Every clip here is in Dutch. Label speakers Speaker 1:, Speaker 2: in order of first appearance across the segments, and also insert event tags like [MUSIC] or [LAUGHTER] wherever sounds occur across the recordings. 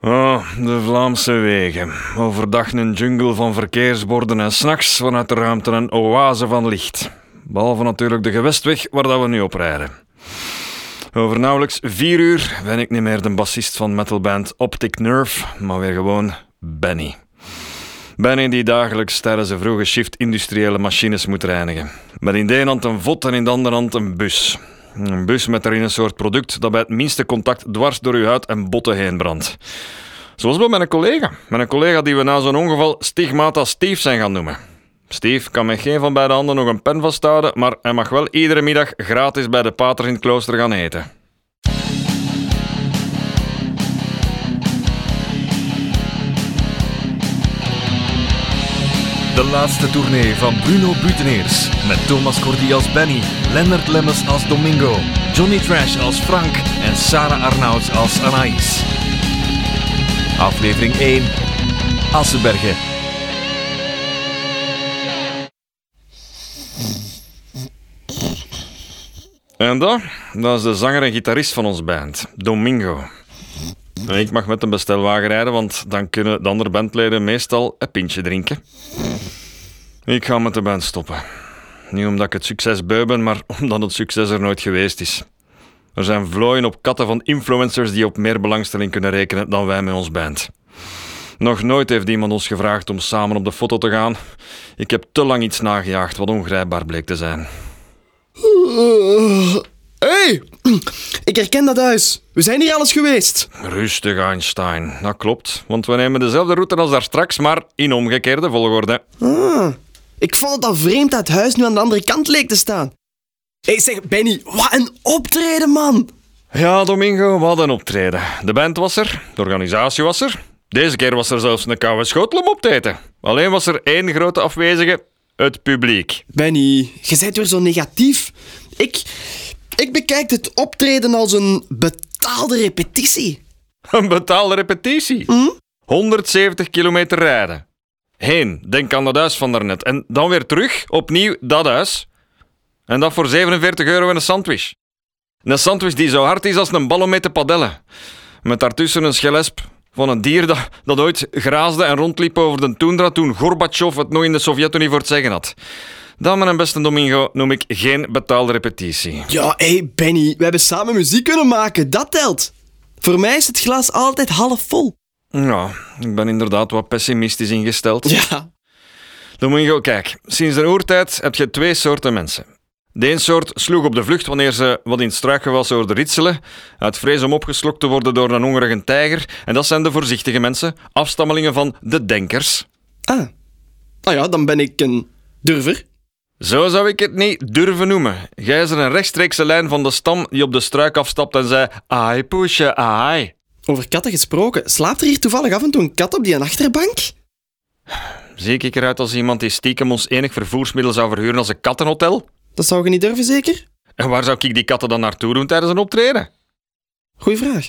Speaker 1: Oh, de Vlaamse wegen. Overdag een jungle van verkeersborden en s'nachts vanuit de ruimte een oase van licht. Behalve natuurlijk de gewestweg waar dat we nu op rijden. Over nauwelijks vier uur ben ik niet meer de bassist van metalband Optic Nerve, maar weer gewoon Benny. Benny die dagelijks tijdens de vroege shift industriële machines moet reinigen. Met in de ene hand een vod en in de andere hand een bus. Een bus met erin een soort product dat bij het minste contact dwars door uw huid en botten heen brandt. Zoals bij mijn collega. Mijn collega die we na zo'n ongeval stigmata Steve zijn gaan noemen. Steve kan met geen van beide handen nog een pen vasthouden, maar hij mag wel iedere middag gratis bij de pater in het klooster gaan eten.
Speaker 2: De laatste tournee van Bruno Buteneers. Met Thomas Cordy als Benny, Leonard Lemmers als Domingo, Johnny Trash als Frank en Sarah Arnouds als Anaïs. Aflevering 1. Assenbergen.
Speaker 1: En dat, dat is de zanger en gitarist van ons band, Domingo. En ik mag met een bestelwagen rijden, want dan kunnen de andere bandleden meestal een pintje drinken. Ik ga met de band stoppen. Niet omdat ik het succes beu ben, maar [LAUGHS] omdat het succes er nooit geweest is. Er zijn vlooien op katten van influencers die op meer belangstelling kunnen rekenen dan wij met ons band. Nog nooit heeft iemand ons gevraagd om samen op de foto te gaan. Ik heb te lang iets nagejaagd wat ongrijpbaar bleek te zijn.
Speaker 3: Hey, ik herken dat huis. We zijn hier alles geweest.
Speaker 1: Rustig, Einstein. Dat klopt, want we nemen dezelfde route als daar straks, maar in omgekeerde volgorde.
Speaker 3: Ah, ik vond het al vreemd dat het huis nu aan de andere kant leek te staan. hey, zeg Benny, wat een optreden, man.
Speaker 1: Ja, Domingo, wat een optreden. De band was er, de organisatie was er. Deze keer was er zelfs een koude schotel om op te eten. Alleen was er één grote afwezige, het publiek.
Speaker 3: Benny, je bent weer zo negatief. Ik, ik bekijk het optreden als een betaalde repetitie.
Speaker 1: [LAUGHS] Een betaalde repetitie. 170 kilometer rijden. Heen, denk aan dat huis van daarnet. En dan weer terug, opnieuw dat huis. En dat voor 47 euro en een sandwich. Een sandwich die zo hard is als een bal om mee te padellen. Met daartussen een schelesp van een dier dat, dat ooit graasde en rondliep over de toendra toen Gorbachev het nooit in de Sovjet-Unie voor het zeggen had. Dat, mijn beste Domingo, noem ik geen betaalde repetitie.
Speaker 3: Ja, hé hey Benny, we hebben samen muziek kunnen maken. Dat telt. Voor mij is het glas altijd half vol.
Speaker 1: Ja, Nou, ik ben inderdaad wat pessimistisch
Speaker 3: [LAUGHS]
Speaker 1: ingesteld.
Speaker 3: Ja.
Speaker 1: Domingo, kijk, sinds de oertijd heb je twee soorten mensen. De een soort sloeg op de vlucht wanneer ze wat in het struikgewas hoorden ritselen, uit vrees om opgeslokt te worden door een hongerige tijger. En dat zijn de voorzichtige mensen, afstammelingen van de denkers.
Speaker 3: Ah. Nou ja, dan ben ik een durver.
Speaker 1: Zo zou ik het niet durven noemen. Jij is er een rechtstreekse lijn van de stam die op de struik afstapt en zei: Ai, poesje, ai.
Speaker 3: Over katten gesproken, slaapt er hier toevallig af en toe een kat op die achterbank?
Speaker 1: Zie ik eruit als iemand die stiekem ons enig vervoersmiddel zou verhuren als een kattenhotel?
Speaker 3: Dat zou je niet durven, zeker?
Speaker 1: En waar zou ik die katten dan naartoe doen tijdens een optreden?
Speaker 3: Goeie vraag.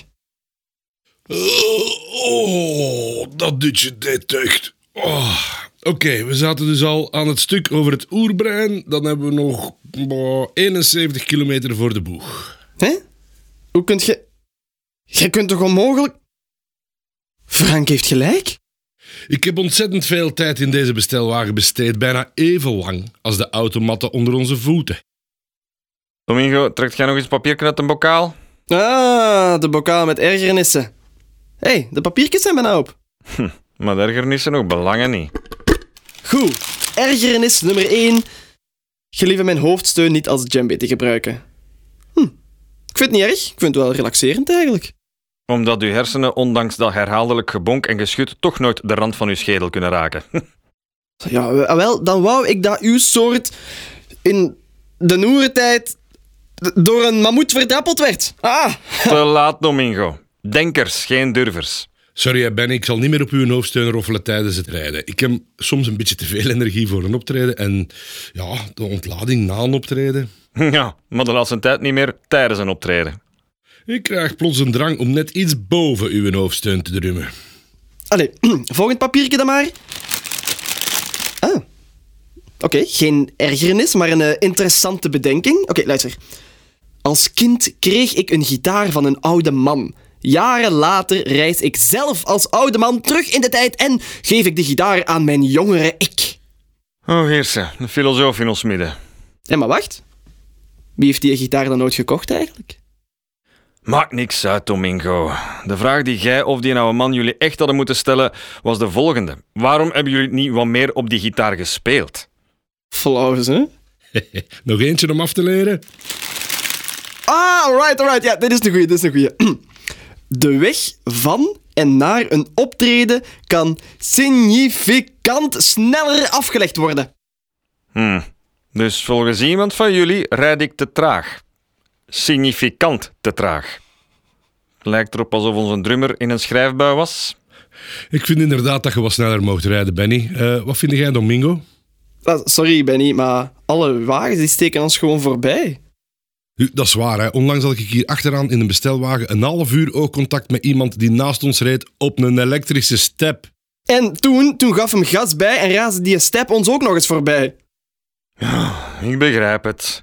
Speaker 4: Oh, dat doet je dit echt. Oh. Oké, we zaten dus al aan het stuk over het oerbrein. Dan hebben we nog boah, 71 kilometer voor de boeg.
Speaker 3: Hè? Hoe kunt je... Je kunt toch onmogelijk... Frank heeft gelijk?
Speaker 4: Ik heb ontzettend veel tijd in deze bestelwagen besteed. Bijna even lang als de automatten onder onze voeten.
Speaker 1: Domingo, trekt jij nog eens papier uit een bokaal?
Speaker 3: Ah, de bokaal met ergernissen. Hé, hey, de papiertjes zijn bijna op.
Speaker 1: Maar ergernissen nog belangen niet.
Speaker 3: Goed, ergernis nummer 1. Gelieve mijn hoofdsteun niet als djembe te gebruiken. Hm. Ik vind het niet erg, ik vind het wel relaxerend eigenlijk.
Speaker 1: Omdat uw hersenen, ondanks dat herhaaldelijk gebonk en geschut, toch nooit de rand van uw schedel kunnen raken. [LAUGHS]
Speaker 3: Ja, we- ah, wel, dan wou ik dat uw soort in de noerentijd d- door een mammoet verdappeld werd. Ah,
Speaker 1: Te laat, Domingo. Denkers, geen durvers. [LAUGHS]
Speaker 4: Sorry, hè, Ben, ik zal niet meer op uw hoofdsteun roffelen tijdens het rijden. Ik heb soms een beetje te veel energie voor een optreden. En ja, de ontlading na een optreden.
Speaker 1: Ja, maar de laatste tijd niet meer tijdens een optreden.
Speaker 4: Ik krijg plots een drang om net iets boven uw hoofdsteun te drummen.
Speaker 3: Allee, [CLEARS THROAT] volgend papiertje dan maar. Ah. Oké, geen ergernis, maar een eh, interessante bedenking. Oké, luister. Als kind kreeg ik een gitaar van een oude man. Jaren later reis ik zelf als oude man terug in de tijd en geef ik de gitaar aan mijn jongere ik.
Speaker 1: Oh, Geertse, de filosoof in ons midden.
Speaker 3: Ja, maar wacht. Wie heeft die gitaar dan nooit gekocht eigenlijk?
Speaker 1: Maakt niks uit, Domingo. De vraag die jij of die oude man jullie echt hadden moeten stellen, was de volgende. Waarom hebben jullie niet wat meer op die gitaar gespeeld?
Speaker 3: Flauws, hè?
Speaker 4: [LAUGHS] Nog eentje om af te leren.
Speaker 3: Ah, alright, alright. Ja, dit is de goeie, dit is de goeie. [CLEARS THROAT] De weg van en naar een optreden kan significant sneller afgelegd worden.
Speaker 1: Hm. Dus volgens iemand van jullie rijd ik te traag. Significant te traag. Lijkt erop alsof onze drummer in een schrijfbui was.
Speaker 4: Ik vind inderdaad dat je wat sneller mocht rijden, Benny. Eh, wat vind jij, Domingo?
Speaker 3: Ah, Sorry, Benny, maar alle wagens die steken ons gewoon voorbij.
Speaker 4: Nu, dat is waar, hè. Onlangs had ik hier achteraan in een bestelwagen een half uur ook contact met iemand die naast ons reed op een elektrische step.
Speaker 3: En toen, toen gaf hem gas bij en raasde die step ons ook nog eens voorbij.
Speaker 1: Ik begrijp het.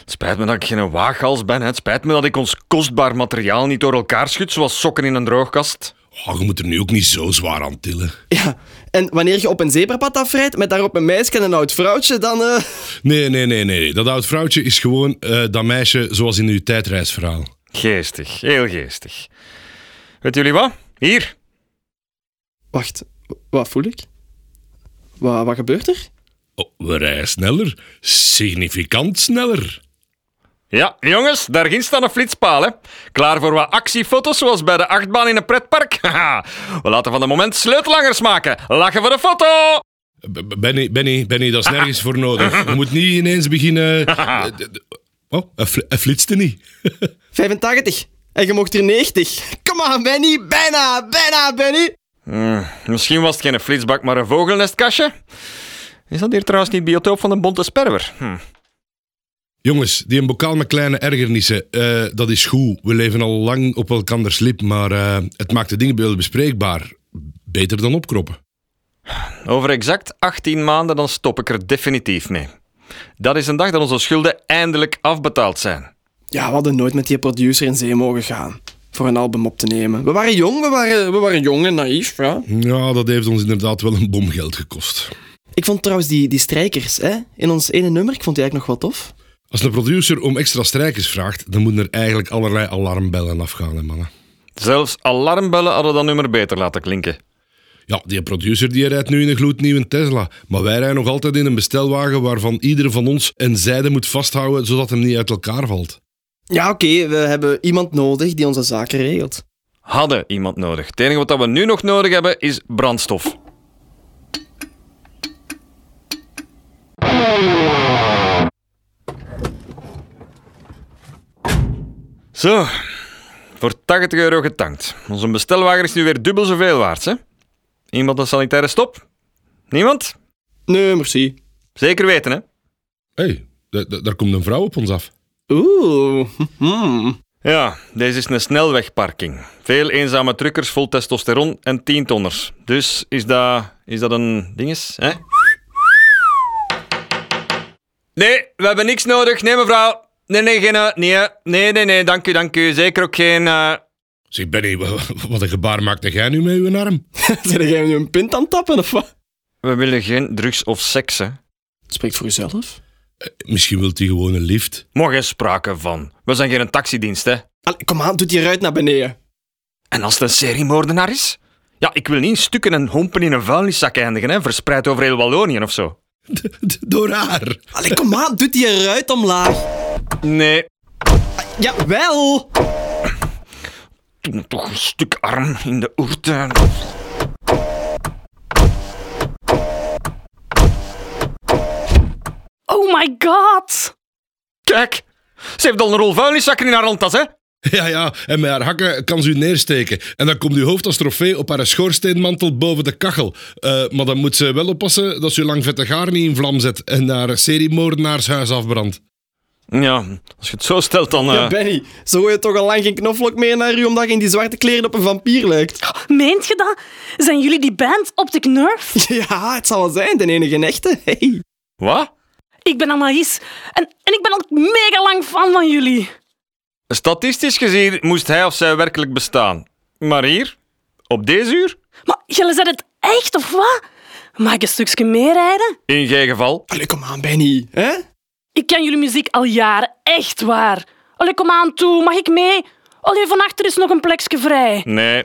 Speaker 1: Het spijt me dat ik geen waaghals ben. hè. Het spijt me dat ik ons kostbaar materiaal niet door elkaar schud, zoals sokken in een droogkast.
Speaker 4: Oh, je moet er nu ook niet zo zwaar aan tillen.
Speaker 3: Ja, en wanneer je op een zebrapad afrijdt met daarop een meisje en een oud vrouwtje, dan... eh,
Speaker 4: Nee, nee, nee, nee. nee. Dat oud vrouwtje is gewoon eh, dat meisje zoals in uw tijdreisverhaal.
Speaker 1: Geestig, heel geestig. Weet jullie wat? Hier.
Speaker 3: Wacht, wat voel ik? Wat, wat gebeurt er?
Speaker 4: Oh, we rijden sneller. Significant sneller.
Speaker 1: Ja, jongens, daarin staat een flitspaal. Hè? Klaar voor wat actiefoto's zoals bij de achtbaan in een pretpark? [LAUGHS] Haha, we laten van de moment sleutelangers maken. Lachen voor de foto!
Speaker 4: B- B- Benny, Benny, Benny, dat is nergens voor nodig. Je moet niet ineens beginnen... eh, D- d- Oh, hij fl- hij flitste niet.
Speaker 3: 85. En je mocht er 90. Kom aan, Benny. Bijna, bijna, Benny.
Speaker 1: Hmm, misschien was het geen flitsbak, maar een vogelnestkastje. Is dat hier trouwens niet biotoop van een bonte sperwer? Hm.
Speaker 4: Jongens, die een bokaal met kleine ergernissen, eh, dat is goed. We leven al lang op elkanders lip, maar eh, het maakt de dingen bij jullie bespreekbaar. Beter dan opkroppen.
Speaker 1: Over exact 18 maanden dan stop ik er definitief mee. Dat is een dag dat onze schulden eindelijk afbetaald zijn.
Speaker 3: Ja, we hadden nooit met die producer in zee mogen gaan. Voor een album op te nemen. We waren jong, we waren, we waren jong en naïef, ja.
Speaker 4: Ja, dat heeft ons inderdaad wel een bom geld gekost.
Speaker 3: Ik vond trouwens die, die strijkers, hè. In ons ene nummer, ik vond die eigenlijk nog wel tof.
Speaker 4: Als een producer om extra strijkers vraagt, dan moeten er eigenlijk allerlei alarmbellen afgaan, hè, mannen.
Speaker 1: Zelfs alarmbellen hadden dat nummer beter laten klinken.
Speaker 4: Ja, die producer die rijdt nu in een gloednieuwe Tesla. Maar wij rijden nog altijd in een bestelwagen waarvan iedere van ons een zijde moet vasthouden, zodat hem niet uit elkaar valt.
Speaker 3: Ja, oké, we hebben iemand nodig die onze zaken regelt.
Speaker 1: Hadden iemand nodig. Het enige wat dat we nu nog nodig hebben is brandstof. Zo, voor 80 euro getankt. Onze bestelwagen is nu weer dubbel zoveel waard. Hè? Iemand een sanitaire stop? Niemand?
Speaker 3: Nee, merci.
Speaker 1: Zeker weten, hè?
Speaker 4: Hé, hey, da- da- daar komt een vrouw op ons af.
Speaker 3: Oeh, [LAUGHS] hmm.
Speaker 1: Ja, deze is een snelwegparking. Veel eenzame truckers vol testosteron en tientonners. Dus is dat, is dat een dinges, hè? Nee, we hebben niks nodig. Nee, mevrouw. Nee, nee, geen... eh, Nee, nee, nee, nee dank u, dank u. Zeker ook geen... eh,
Speaker 4: Zeg Benny, wa- wa- wat een gebaar maakte jij nu met uw arm?
Speaker 3: Zijn jij nu een pint aan het tappen, of wat?
Speaker 1: We willen geen drugs of seks, hè.
Speaker 3: Spreek voor jezelf.
Speaker 4: Eh, Misschien wilt hij gewoon een lift. [LAUGHS]
Speaker 1: Mocht geen sprake van. We zijn geen taxidienst, hè.
Speaker 3: Allee, kom aan, doet die ruit naar beneden.
Speaker 1: En als het een seriemoordenaar is? Ja, ik wil niet in stukken en hompen in een vuilniszak eindigen, hè. Verspreid over heel Wallonië of zo.
Speaker 4: Door haar.
Speaker 3: Allee, kom aan, doet die ruit omlaag.
Speaker 1: Nee,
Speaker 3: Jawel.
Speaker 1: toen toch een stuk arm in de oertuin.
Speaker 5: Oh my god!
Speaker 1: Kijk, ze heeft al een rol vuilniszakken in haar handtas, hè?
Speaker 4: Ja, ja, en met haar hakken kan ze u neersteken. En dan komt uw hoofd als trofee op haar schoorsteenmantel boven de kachel. Eh, maar dan moet ze wel oppassen dat ze uw langvette haar niet in vlam zet en haar seriemoordenaarshuis afbrandt.
Speaker 1: Ja, als je het zo stelt, dan... eh,
Speaker 3: Ja, Benny, zo gooi je toch al lang geen knoflook meer naar u omdat je in die zwarte kleren op een vampier lijkt.
Speaker 5: Meent je dat? Zijn jullie die band op de knurf?
Speaker 3: [LAUGHS] Ja, het zal wel zijn, de enige echte. Hey.
Speaker 1: Wat?
Speaker 5: Ik ben Anaïs en, en ik ben al mega lang fan van jullie.
Speaker 1: Statistisch gezien moest hij of zij werkelijk bestaan. Maar hier, op deze uur,
Speaker 5: Maar jullie zijn het echt, of wat? Mag ik een stukje meerijden?
Speaker 1: in geen geval.
Speaker 3: Allee, kom aan, Benny. Hè?
Speaker 5: Ik ken jullie muziek al jaren, echt waar. Allee, kom aan toe, mag ik mee? Allee, vanachter is nog een plekje vrij.
Speaker 1: Nee,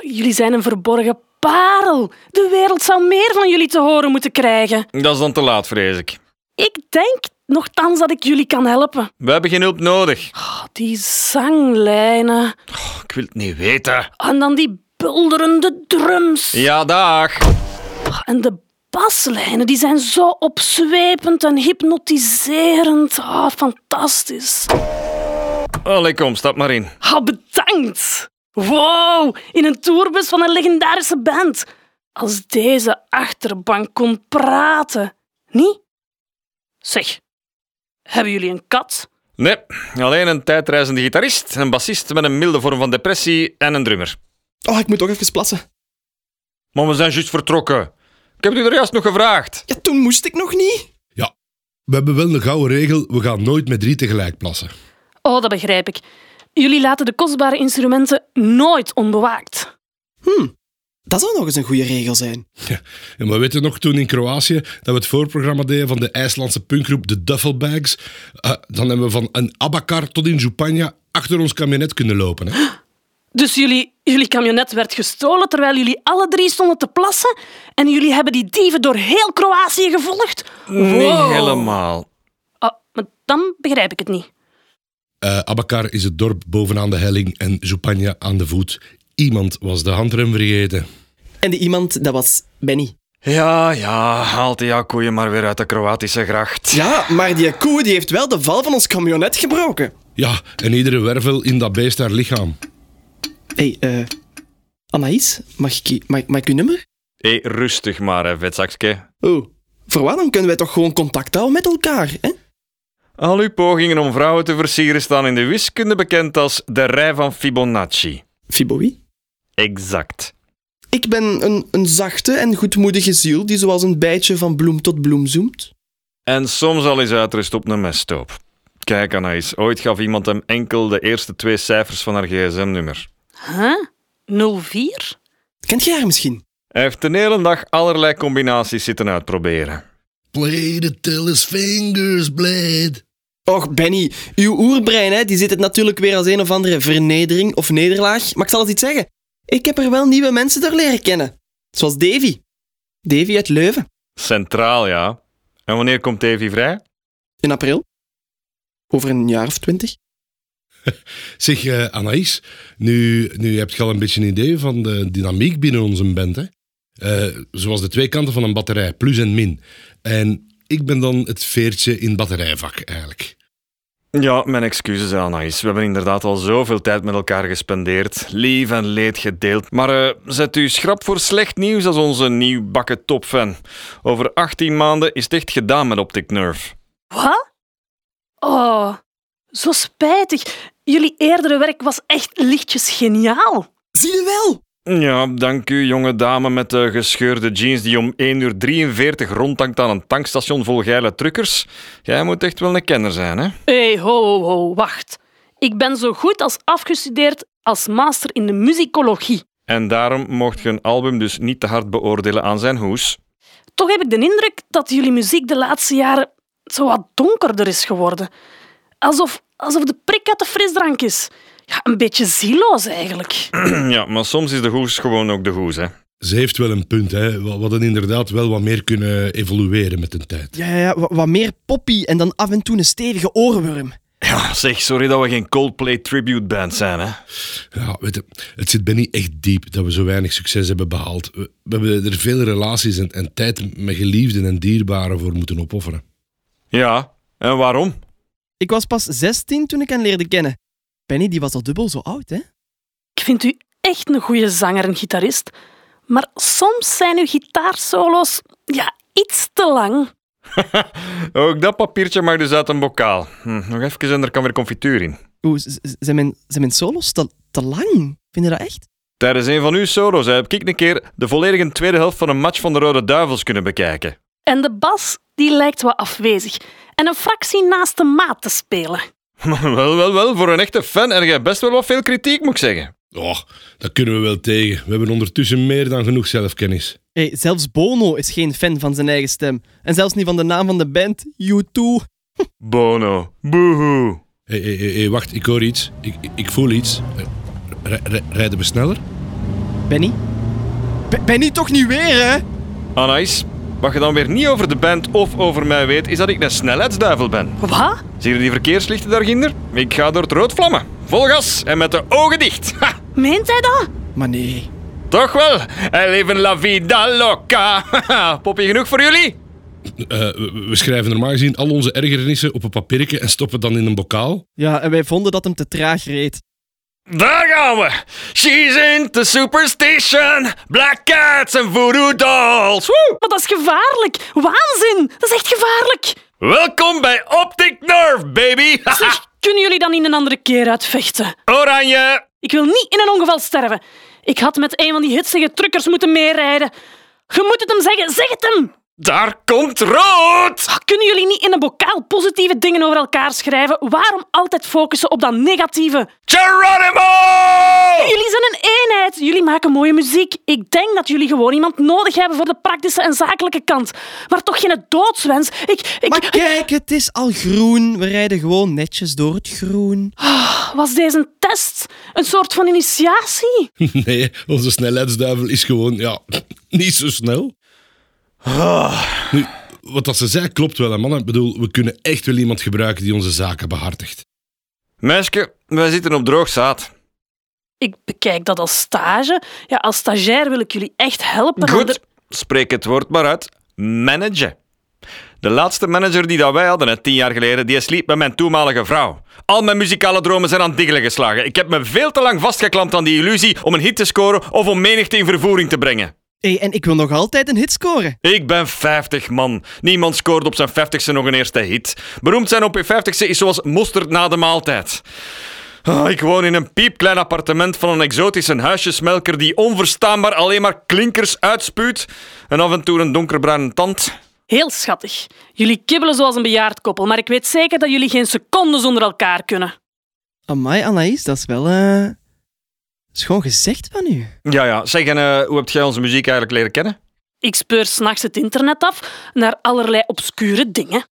Speaker 5: Jullie zijn een verborgen parel. De wereld zou meer van jullie te horen moeten krijgen.
Speaker 1: dat is dan te laat, vrees ik.
Speaker 5: Ik denk nogthans dat ik jullie kan helpen.
Speaker 1: We hebben geen hulp nodig. Oh,
Speaker 5: Oh, die zanglijnen.
Speaker 1: Ik wil het niet weten.
Speaker 5: En dan die bulderende drums.
Speaker 1: Ja, dag.
Speaker 5: En de baslijnen, die zijn zo opzwepend en hypnotiserend. Ah, fantastisch.
Speaker 1: Allee, kom, stap maar in.
Speaker 5: Ah, bedankt. Wow, in een tourbus van een legendarische band. Als deze achterbank kon praten. Niet? Zeg, hebben jullie een kat?
Speaker 1: Nee, alleen een tijdreizende gitarist, een bassist met een milde vorm van depressie en een drummer.
Speaker 3: Oh, ik moet toch even plassen.
Speaker 1: Maar we zijn juist vertrokken. Ik heb u er juist nog gevraagd.
Speaker 3: Ja, toen moest ik nog niet.
Speaker 4: Ja, we hebben wel een gouden regel. We gaan nooit met drie tegelijk plassen.
Speaker 5: Oh, dat begrijp ik. Jullie laten de kostbare instrumenten nooit onbewaakt.
Speaker 3: Dat zou nog eens een goede regel zijn.
Speaker 4: Ja, en we weten nog toen in Kroatië dat we het voorprogramma deden van de IJslandse punkgroep de Duffelbags. Eh, dan hebben we van een Abakar tot in Zupanja achter ons kabinet kunnen lopen. Hè?
Speaker 5: Dus jullie, jullie camionet werd gestolen terwijl jullie alle drie stonden te plassen en jullie hebben die dieven door heel Kroatië gevolgd? Wow.
Speaker 1: Niet helemaal.
Speaker 5: Oh, maar dan begrijp ik het niet.
Speaker 4: Eh, Abakar is het dorp bovenaan de helling en Zupanja aan de voet. Iemand was de handrem vergeten.
Speaker 3: En die iemand, dat was Benny.
Speaker 1: Ja, ja, haalt die jouw koeien maar weer uit de Kroatische gracht.
Speaker 3: Ja, maar die koe die heeft wel de val van ons camionet gebroken.
Speaker 4: Ja, en iedere wervel in dat beest haar lichaam.
Speaker 3: Hé, hey, eh, Anaïs, mag ik, je- mag, mag ik uw nummer?
Speaker 1: Hé, rustig maar, hè, vetzakske.
Speaker 3: Oh, voor wat? Dan kunnen wij toch gewoon contact houden met elkaar, hè?
Speaker 1: Al uw pogingen om vrouwen te versieren staan in de wiskunde bekend als de rij van Fibonacci.
Speaker 3: Fiboui?
Speaker 1: Exact.
Speaker 3: Ik ben een, een zachte en goedmoedige ziel die zoals een bijtje van bloem tot bloem zoemt.
Speaker 1: En soms al eens uitrust op een mesthoop. Kijk, Anaïs, ooit gaf iemand hem enkel de eerste twee cijfers van haar gsm-nummer.
Speaker 5: Huh? 04?
Speaker 3: Kent jij haar misschien?
Speaker 1: Hij heeft de hele dag allerlei combinaties zitten uitproberen.
Speaker 4: Played it till his fingers bled.
Speaker 3: Och, Benny, uw oerbrein hè, die zit het natuurlijk weer als een of andere vernedering of nederlaag. Maar ik zal het iets zeggen. Ik heb er wel nieuwe mensen door leren kennen. Zoals Davy. Davy uit Leuven.
Speaker 1: Centraal, ja. En wanneer komt Davy vrij?
Speaker 3: In april. Over een jaar of twintig.
Speaker 4: Zeg, eh, Anaïs, nu, nu heb je al een beetje een idee van de dynamiek binnen onze band. Hè? Eh, zoals de twee kanten van een batterij, plus en min. En ik ben dan het veertje in het batterijvak, eigenlijk.
Speaker 1: Ja, mijn excuses, Anaïs. We hebben inderdaad al zoveel tijd met elkaar gespendeerd. Lief en leed gedeeld. Maar eh, zet u schrap voor slecht nieuws als onze nieuwbakken topfan. Over 18 maanden is het echt gedaan met Optic Nerve.
Speaker 5: Wat? Oh, zo spijtig. Jullie eerdere werk was echt lichtjes geniaal.
Speaker 3: Zie je wel?
Speaker 1: Ja, dank u, jonge dame met de gescheurde jeans die om 1 uur 43 rondtankt aan een tankstation vol geile truckers. Jij moet echt wel een kenner zijn, hè?
Speaker 5: Hé, hey, ho, ho, ho, wacht. Ik ben zo goed als afgestudeerd als master in de muzikologie.
Speaker 1: En daarom mocht je een album dus niet te hard beoordelen aan zijn hoes. [CLEARS THROAT]
Speaker 5: Toch heb ik de indruk dat jullie muziek de laatste jaren zo wat donkerder is geworden. Alsof, alsof de prik uit de frisdrank is. Ja, een beetje zieloos eigenlijk.
Speaker 1: Ja, maar soms is de hoes gewoon ook de hoes, hè?
Speaker 4: Ze heeft wel een punt, hè. We hadden inderdaad wel wat meer kunnen evolueren met de tijd.
Speaker 3: Ja, ja, ja, wa- wat meer poppy en dan af en toe een stevige oorworm.
Speaker 1: Ja, Ah, zeg, sorry dat we geen Coldplay tribute band zijn, hè?
Speaker 4: Ja, weet je, het zit Benny echt diep dat we zo weinig succes hebben behaald. We, we hebben er veel relaties en, en tijd met geliefden en dierbaren voor moeten opofferen.
Speaker 1: Ja, en waarom?
Speaker 3: Ik was pas 16 toen ik hen leerde kennen. Benny die was al dubbel zo oud, hè?
Speaker 5: Ik vind u echt een goede zanger en gitarist. Maar soms zijn uw gitaarsolo's ja, iets te lang.
Speaker 1: Ook dat papiertje mag dus uit een bokaal. Hm, nog even en er kan weer confituur in.
Speaker 3: Oeh, z- z- zijn mijn, zijn mijn solos te, te lang? Vind je dat echt?
Speaker 1: Tijdens een van uw solo's hè, heb ik een keer de volledige tweede helft van een match van de Rode Duivels kunnen bekijken. [LAUGHS]
Speaker 5: En de bas die lijkt wat afwezig en een fractie naast de maat te spelen.
Speaker 1: wel, wel, wel. Voor een echte fan en jij best wel wat veel kritiek, moet ik zeggen.
Speaker 4: Oh, dat kunnen we wel tegen. We hebben ondertussen meer dan genoeg zelfkennis.
Speaker 3: Hey, zelfs Bono is geen fan van zijn eigen stem. En zelfs niet van de naam van de band, U2.
Speaker 1: Bono. Boehoe.
Speaker 4: Hé, hé, hé, hé, wacht, ik hoor iets. Ik, ik- ik voel iets. R- r- rijden we sneller?
Speaker 3: Benny? Be- Benny, toch niet weer, hè?
Speaker 1: Anais, wat je dan weer niet over de band of over mij weet, is dat ik een snelheidsduivel ben.
Speaker 5: Wat?
Speaker 1: Zie je die verkeerslichten daar, Ginder? Ik ga door het rood vlammen. Vol gas en met de ogen dicht. [LAUGHS] Ha,
Speaker 5: Meent hij dat?
Speaker 3: Maar nee.
Speaker 1: toch wel? En leven la vida loca. [LAUGHS] Haha, Poppy, genoeg voor jullie?
Speaker 4: Eh, we, we schrijven normaal gezien al onze ergernissen op een papiertje en stoppen dan in een bokaal. [LAUGHS]
Speaker 3: Ja, en wij vonden dat hem te traag reed.
Speaker 1: Daar gaan we. She's into superstition, black cats en voodoo dolls. Woe!
Speaker 5: Maar dat is gevaarlijk. Waanzin. Dat is echt gevaarlijk.
Speaker 1: Welkom bij Optic Nerve, baby. [LAUGHS] Haha,
Speaker 5: Zeg, kunnen jullie dan in een andere keer uitvechten?
Speaker 1: Oranje.
Speaker 5: Ik wil niet in een ongeval sterven. Ik had met een van die hitsige truckers moeten meerijden. Je moet het hem zeggen. Zeg het hem.
Speaker 1: Daar komt rood.
Speaker 5: Ah, Kunnen jullie niet in een bokaal positieve dingen over elkaar schrijven? Waarom altijd focussen op dat negatieve?
Speaker 1: Geronimo!
Speaker 5: Jullie zijn een eenheid. Jullie maken mooie muziek. Ik denk dat jullie gewoon iemand nodig hebben voor de praktische en zakelijke kant. Maar toch geen doodswens. Ik, ik
Speaker 3: Maar kijk, het is al groen. We rijden gewoon netjes door het groen.
Speaker 5: was deze een test. Een soort van initiatie.
Speaker 4: Nee, onze snelheidsduivel is gewoon, ja, niet zo snel. Nu, wat dat ze zei klopt wel, hè, mannen. Ik bedoel, we kunnen echt wel iemand gebruiken die onze zaken behartigt.
Speaker 1: Meisje, wij zitten op droog zaad.
Speaker 5: Ik bekijk dat als stage. Ja, als stagiair wil ik jullie echt helpen. maar
Speaker 1: Goed,
Speaker 5: er-
Speaker 1: spreek het woord maar uit. Managen. De laatste manager die dat wij hadden, hè, tien jaar geleden, die sliep met mijn toenmalige vrouw. Al mijn muzikale dromen zijn aan het diggelen geslagen. Ik heb me veel te lang vastgeklampt aan die illusie om een hit te scoren of om menigte in vervoering te brengen.
Speaker 3: Hé, en ik wil nog altijd een hit scoren.
Speaker 1: Ik ben 50 man. Niemand scoort op zijn 50ste nog een eerste hit. Beroemd zijn op je 50ste is zoals mosterd na de maaltijd. Ah, ik woon in een piepklein appartement van een exotische huisjesmelker die onverstaanbaar alleen maar klinkers uitspuwt en af en toe een donkerbruine tand.
Speaker 5: Heel schattig. Jullie kibbelen zoals een bejaard koppel, maar ik weet zeker dat jullie geen seconde zonder elkaar kunnen.
Speaker 3: Amai, Anaïs, dat is wel... eh, Schoon gezegd van u.
Speaker 1: Ja, ja. Zeg, en eh, hoe hebt jij onze muziek eigenlijk leren kennen? [LAUGHS]
Speaker 5: Ik speur s'nachts het internet af naar allerlei obscure dingen.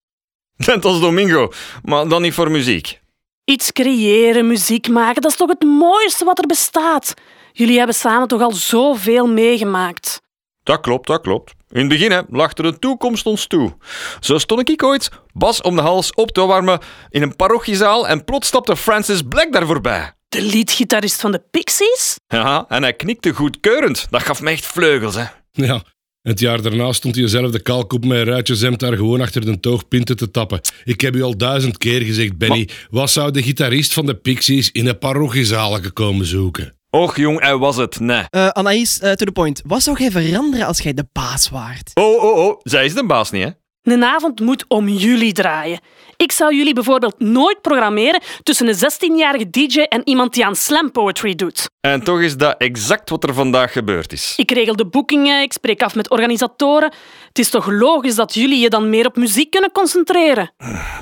Speaker 1: Net als Domingo, maar dan niet voor muziek.
Speaker 5: Iets creëren, muziek maken, dat is toch het mooiste wat er bestaat? Jullie hebben samen toch al zoveel meegemaakt.
Speaker 1: Dat klopt, dat klopt. In het begin hè, lachte de toekomst ons toe. Zo stond ik ooit, Bas om de hals op te warmen in een parochiezaal en plots stapte Francis Black daar voorbij.
Speaker 5: De leadgitarist van de Pixies?
Speaker 1: Ja, en hij knikte goedkeurend. Dat gaf me echt vleugels, hè.
Speaker 4: [LAUGHS] Ja, het jaar daarna stond diezelfde kaalkop met een ruitje zemt daar gewoon achter de toogpinten te tappen. Ik heb u al duizend keer gezegd, Benny, wat zou de gitarist van de Pixies in een parochiezaal komen zoeken?
Speaker 1: Och jong, hij was het, nee.
Speaker 3: Eh, Anaïs, eh, to the point. Wat zou jij veranderen als jij de baas waart?
Speaker 1: Oh, oh, oh, zij is de baas niet, hè.
Speaker 5: Een avond moet om jullie draaien. Ik zou jullie bijvoorbeeld nooit programmeren tussen een 16-jarige DJ en iemand die aan slam poetry doet.
Speaker 1: En toch is dat exact wat er vandaag gebeurd is.
Speaker 5: Ik regel de boekingen, ik spreek af met organisatoren. Het is toch logisch dat jullie je dan meer op muziek kunnen concentreren?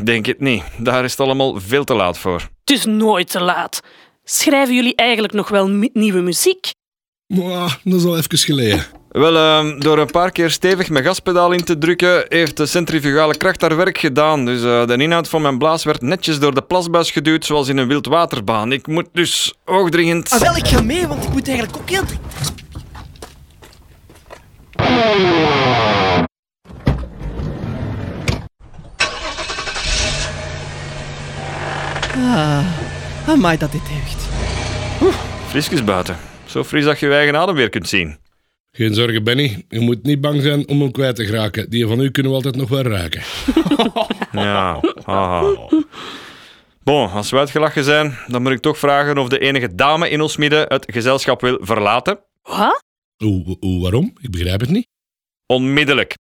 Speaker 1: Denk het niet. Daar is het allemaal veel te laat voor.
Speaker 5: Het is nooit te laat. Schrijven jullie eigenlijk nog wel mi- nieuwe muziek?
Speaker 4: Mwah, dat is al even geleden.
Speaker 1: Wel, ehm, door een paar keer stevig mijn gaspedaal in te drukken, heeft de centrifugale kracht haar werk gedaan. Dus eh, de inhoud van mijn blaas werd netjes door de plasbuis geduwd, zoals in een wildwaterbaan. Ik moet dus oogdringend...
Speaker 3: Ah, wel, ik ga mee, want ik moet eigenlijk ook heel... Ah, amai dat dit deugt.
Speaker 1: Friskjes buiten. Zo fris dat je je eigen adem weer kunt zien.
Speaker 4: Geen zorgen, Benny. Je moet niet bang zijn om hem kwijt te geraken. Die van u kunnen we altijd nog wel raken.
Speaker 3: [LAUGHS]
Speaker 1: Ja, haha. Bon, als we uitgelachen zijn, dan moet ik toch vragen of de enige dame in ons midden het gezelschap wil verlaten.
Speaker 5: Wat?
Speaker 4: Oeh, oeh, oeh, waarom? Ik begrijp het niet.
Speaker 1: Onmiddellijk.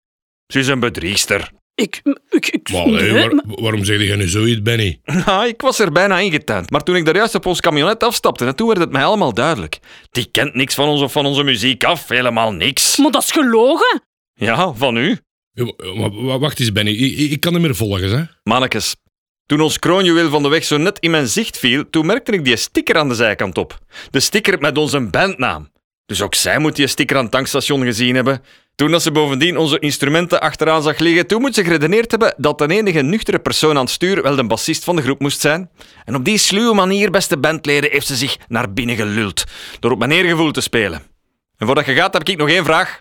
Speaker 1: Ze is een bedriegster.
Speaker 5: Ik, ik, ik,
Speaker 4: Maar, hey,
Speaker 5: nee,
Speaker 4: waar-
Speaker 5: maar-
Speaker 4: waarom zeg je nu zoiets, Benny?
Speaker 1: Nou, ik was er bijna ingetuind, maar toen ik daar juist op ons camionet afstapte, en toen werd het mij allemaal duidelijk. Die kent niks van ons of van onze muziek af, helemaal niks.
Speaker 5: maar dat is gelogen.
Speaker 1: Ja, van u.
Speaker 4: Ja, wa- wa- wa- Wacht eens, Benny. Ik, ik- ik kan hem meer volgen, hè?
Speaker 1: Mannekes, Toen ons kroonjuweel van de weg zo net in mijn zicht viel, toen merkte ik die sticker aan de zijkant op. De sticker met onze bandnaam. Dus ook zij moet die sticker aan het tankstation gezien hebben. Toen dat ze bovendien onze instrumenten achteraan zag liggen, toen moet ze geredeneerd hebben dat de enige nuchtere persoon aan het stuur wel de bassist van de groep moest zijn. En op die sluwe manier, beste bandleden, heeft ze zich naar binnen geluld door op mijn eergevoel te spelen. En voordat je gaat, heb ik nog één vraag.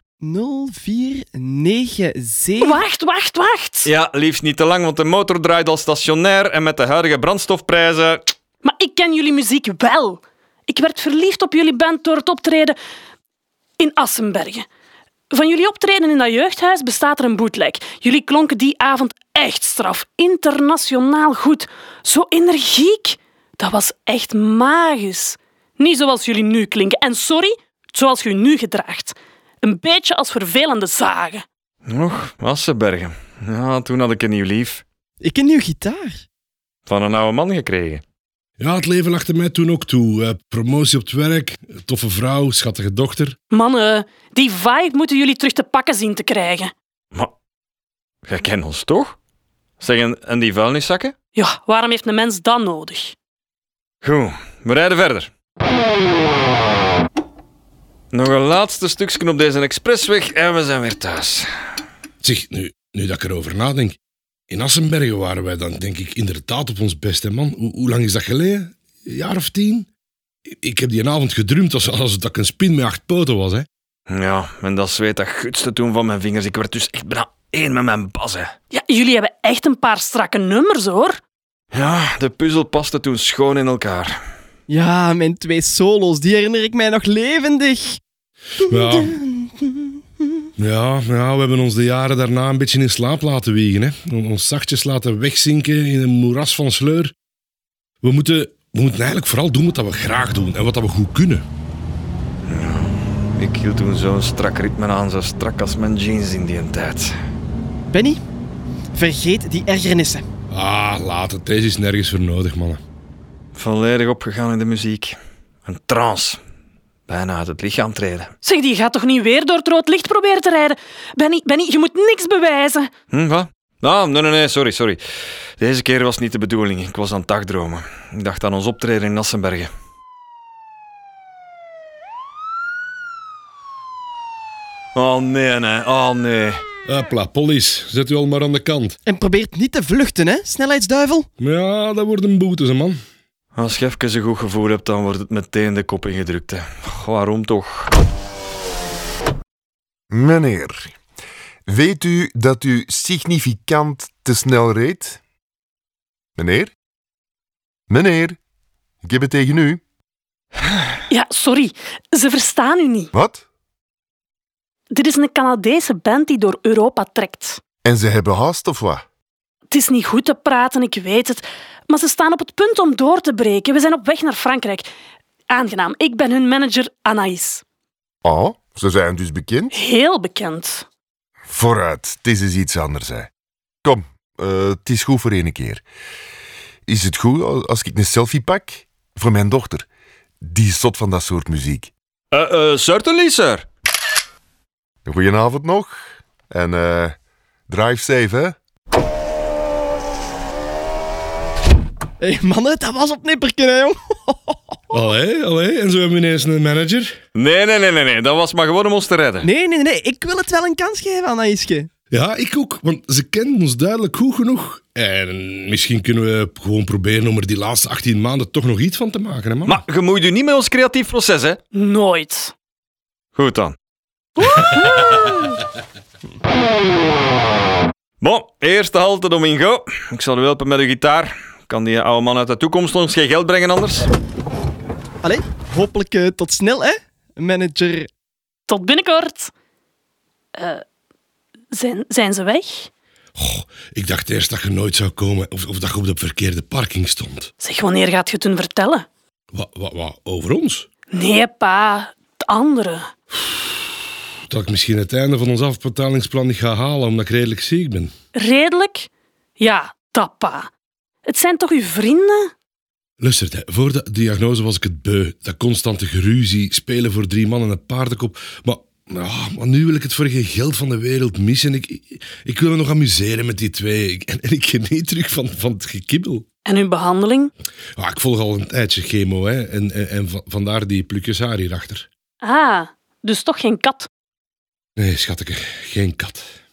Speaker 3: 0497.
Speaker 5: Wacht, wacht, wacht.
Speaker 1: Ja, liefst niet te lang, want de motor draait al stationair en met de huidige brandstofprijzen...
Speaker 5: Maar ik ken jullie muziek wel. Ik werd verliefd op jullie band door het optreden in Assenbergen. Van jullie optreden in dat jeugdhuis bestaat er een bootleg. Jullie klonken die avond echt straf. Internationaal goed. Zo energiek. Dat was echt magisch. Niet zoals jullie nu klinken. En sorry, zoals je nu gedraagt. Een beetje als vervelende zagen.
Speaker 1: Och, Assenbergen. Ja, toen had ik een nieuw lief.
Speaker 3: Ik ken nieuw gitaar.
Speaker 1: Van een oude man gekregen.
Speaker 4: Ja, het leven lachte mij toen ook toe. Eh, promotie op het werk, toffe vrouw, schattige dochter.
Speaker 5: Mannen, die vibe moeten jullie terug te pakken zien te krijgen.
Speaker 1: Maar, jij kent ons toch? Zeg, en, en die vuilniszakken?
Speaker 5: Ja, waarom heeft een mens dat nodig?
Speaker 1: Goed, we rijden verder. Nog een laatste stukje op deze expressweg en we zijn weer thuis.
Speaker 4: Zeg, nu, nu dat ik erover nadenk. In Assenbergen waren wij dan, denk ik, inderdaad op ons best, hè, man. Hoe, hoe lang is dat geleden? Een jaar of tien? Ik- Ik heb die avond gedroomd als, als dat ik een spin met acht poten was, hè.
Speaker 1: Ja, en dat zweet dat gutste toen van mijn vingers. Ik werd dus echt bijna één met mijn bas, hè.
Speaker 5: Ja, jullie hebben echt een paar strakke nummers, hoor.
Speaker 1: Ja, de puzzel paste toen schoon in elkaar.
Speaker 3: Ja, mijn twee solo's, die herinner ik mij nog levendig.
Speaker 4: Ja. Ja, ja, we hebben ons de jaren daarna een beetje in slaap laten wiegen. Hè. On- Ons zachtjes laten wegzinken in een moeras van sleur. We moeten, we moeten eigenlijk vooral doen wat dat we graag doen en wat dat we goed kunnen.
Speaker 1: Ik hield toen zo'n strak ritme aan, zo strak als mijn jeans in die tijd.
Speaker 3: Benny, vergeet die ergernissen.
Speaker 4: Ah, laat het. Deze is nergens voor nodig, mannen.
Speaker 1: Volledig opgegaan in de muziek. Een trance. Bijna uit het lichaam treden.
Speaker 5: Zeg, die gaat toch niet weer door het rood licht proberen te rijden? Benny, Benny, je moet niks bewijzen.
Speaker 1: Hm, wat? Ah, nee, nee, nee, sorry, sorry. Deze keer was het niet de bedoeling. Ik was aan het dagdromen. Ik dacht aan ons optreden in Assenbergen. Oh nee, nee, oh nee.
Speaker 4: Hopla, police. Zet u al maar aan de kant.
Speaker 3: En probeert niet te vluchten, hè, snelheidsduivel.
Speaker 4: Ja, dat wordt een boete, ze, man.
Speaker 1: Als je even een goed gevoel hebt, dan wordt het meteen de kop ingedrukt. Hè. Waarom toch?
Speaker 6: Meneer, weet u dat u significant te snel reed? Meneer? Meneer, ik heb het tegen u.
Speaker 5: Ja, sorry, ze verstaan u niet.
Speaker 6: Wat?
Speaker 5: Dit is een Canadese band die door Europa trekt.
Speaker 6: En ze hebben haast of wat?
Speaker 5: Het is niet goed te praten, ik weet het. Maar ze staan op het punt om door te breken. We zijn op weg naar Frankrijk. Aangenaam, ik ben hun manager Anaïs.
Speaker 6: Oh, ze zijn dus bekend.
Speaker 5: Heel bekend.
Speaker 6: Vooruit, het is eens iets anders. Hè. Kom, eh, het is goed voor één keer. Is het goed al- als ik een selfie pak? Voor mijn dochter. Die is zot van dat soort muziek.
Speaker 1: Eh, eh, certainly, sir.
Speaker 6: Goedenavond nog. En eh, drive safe, hè?
Speaker 3: Hé, hey, mannen, dat was op nipperken, hè, jong.
Speaker 4: Allee, allee. En zo hebben we ineens een manager.
Speaker 1: Nee, nee, nee, nee, nee. Dat was maar gewoon om ons te redden.
Speaker 3: Nee, nee, nee, ik wil het wel een kans geven aan Aiske.
Speaker 4: Ja, ik ook. Want ze kent ons duidelijk goed genoeg. En misschien kunnen we gewoon proberen om er die laatste 18 maanden toch nog iets van te maken, hè, man.
Speaker 1: Maar je moet je niet met ons creatief proces, hè?
Speaker 5: Nooit.
Speaker 1: Goed dan. Bon, eerste halte Domingo. Ik zal u helpen met uw gitaar. Kan die oude man uit de toekomst ons geen geld brengen anders?
Speaker 3: Allee, hopelijk eh, tot snel, hè, manager.
Speaker 5: Tot binnenkort. Eh, zijn, zijn ze weg?
Speaker 4: Ik dacht eerst dat je nooit zou komen of, of dat je op de verkeerde parking stond.
Speaker 5: Zeg, wanneer gaat je het hun vertellen?
Speaker 4: Wat, wat, wat, over ons?
Speaker 5: Nee, pa. Het andere.
Speaker 4: Dat ik misschien het einde van ons afbetalingsplan niet ga halen omdat ik redelijk ziek ben.
Speaker 5: Redelijk? Ja, dat pa. Het zijn toch uw vrienden?
Speaker 4: Luister, hè, voor de diagnose was ik het beu. Dat constante geruzie, spelen voor drie man en een paardenkop. Maar Nou, maar nu wil ik het voor geen geld van de wereld missen. Ik, ik, ik wil me nog amuseren met die twee. Ik- en, en ik geniet terug van, van het gekibbel.
Speaker 5: En uw behandeling?
Speaker 4: Ah, ik volg al een tijdje chemo, hè. En, en, en va- vandaar die plukjes haar hierachter.
Speaker 5: Ah, dus toch geen kat.
Speaker 4: Nee, schatteke, geen kat.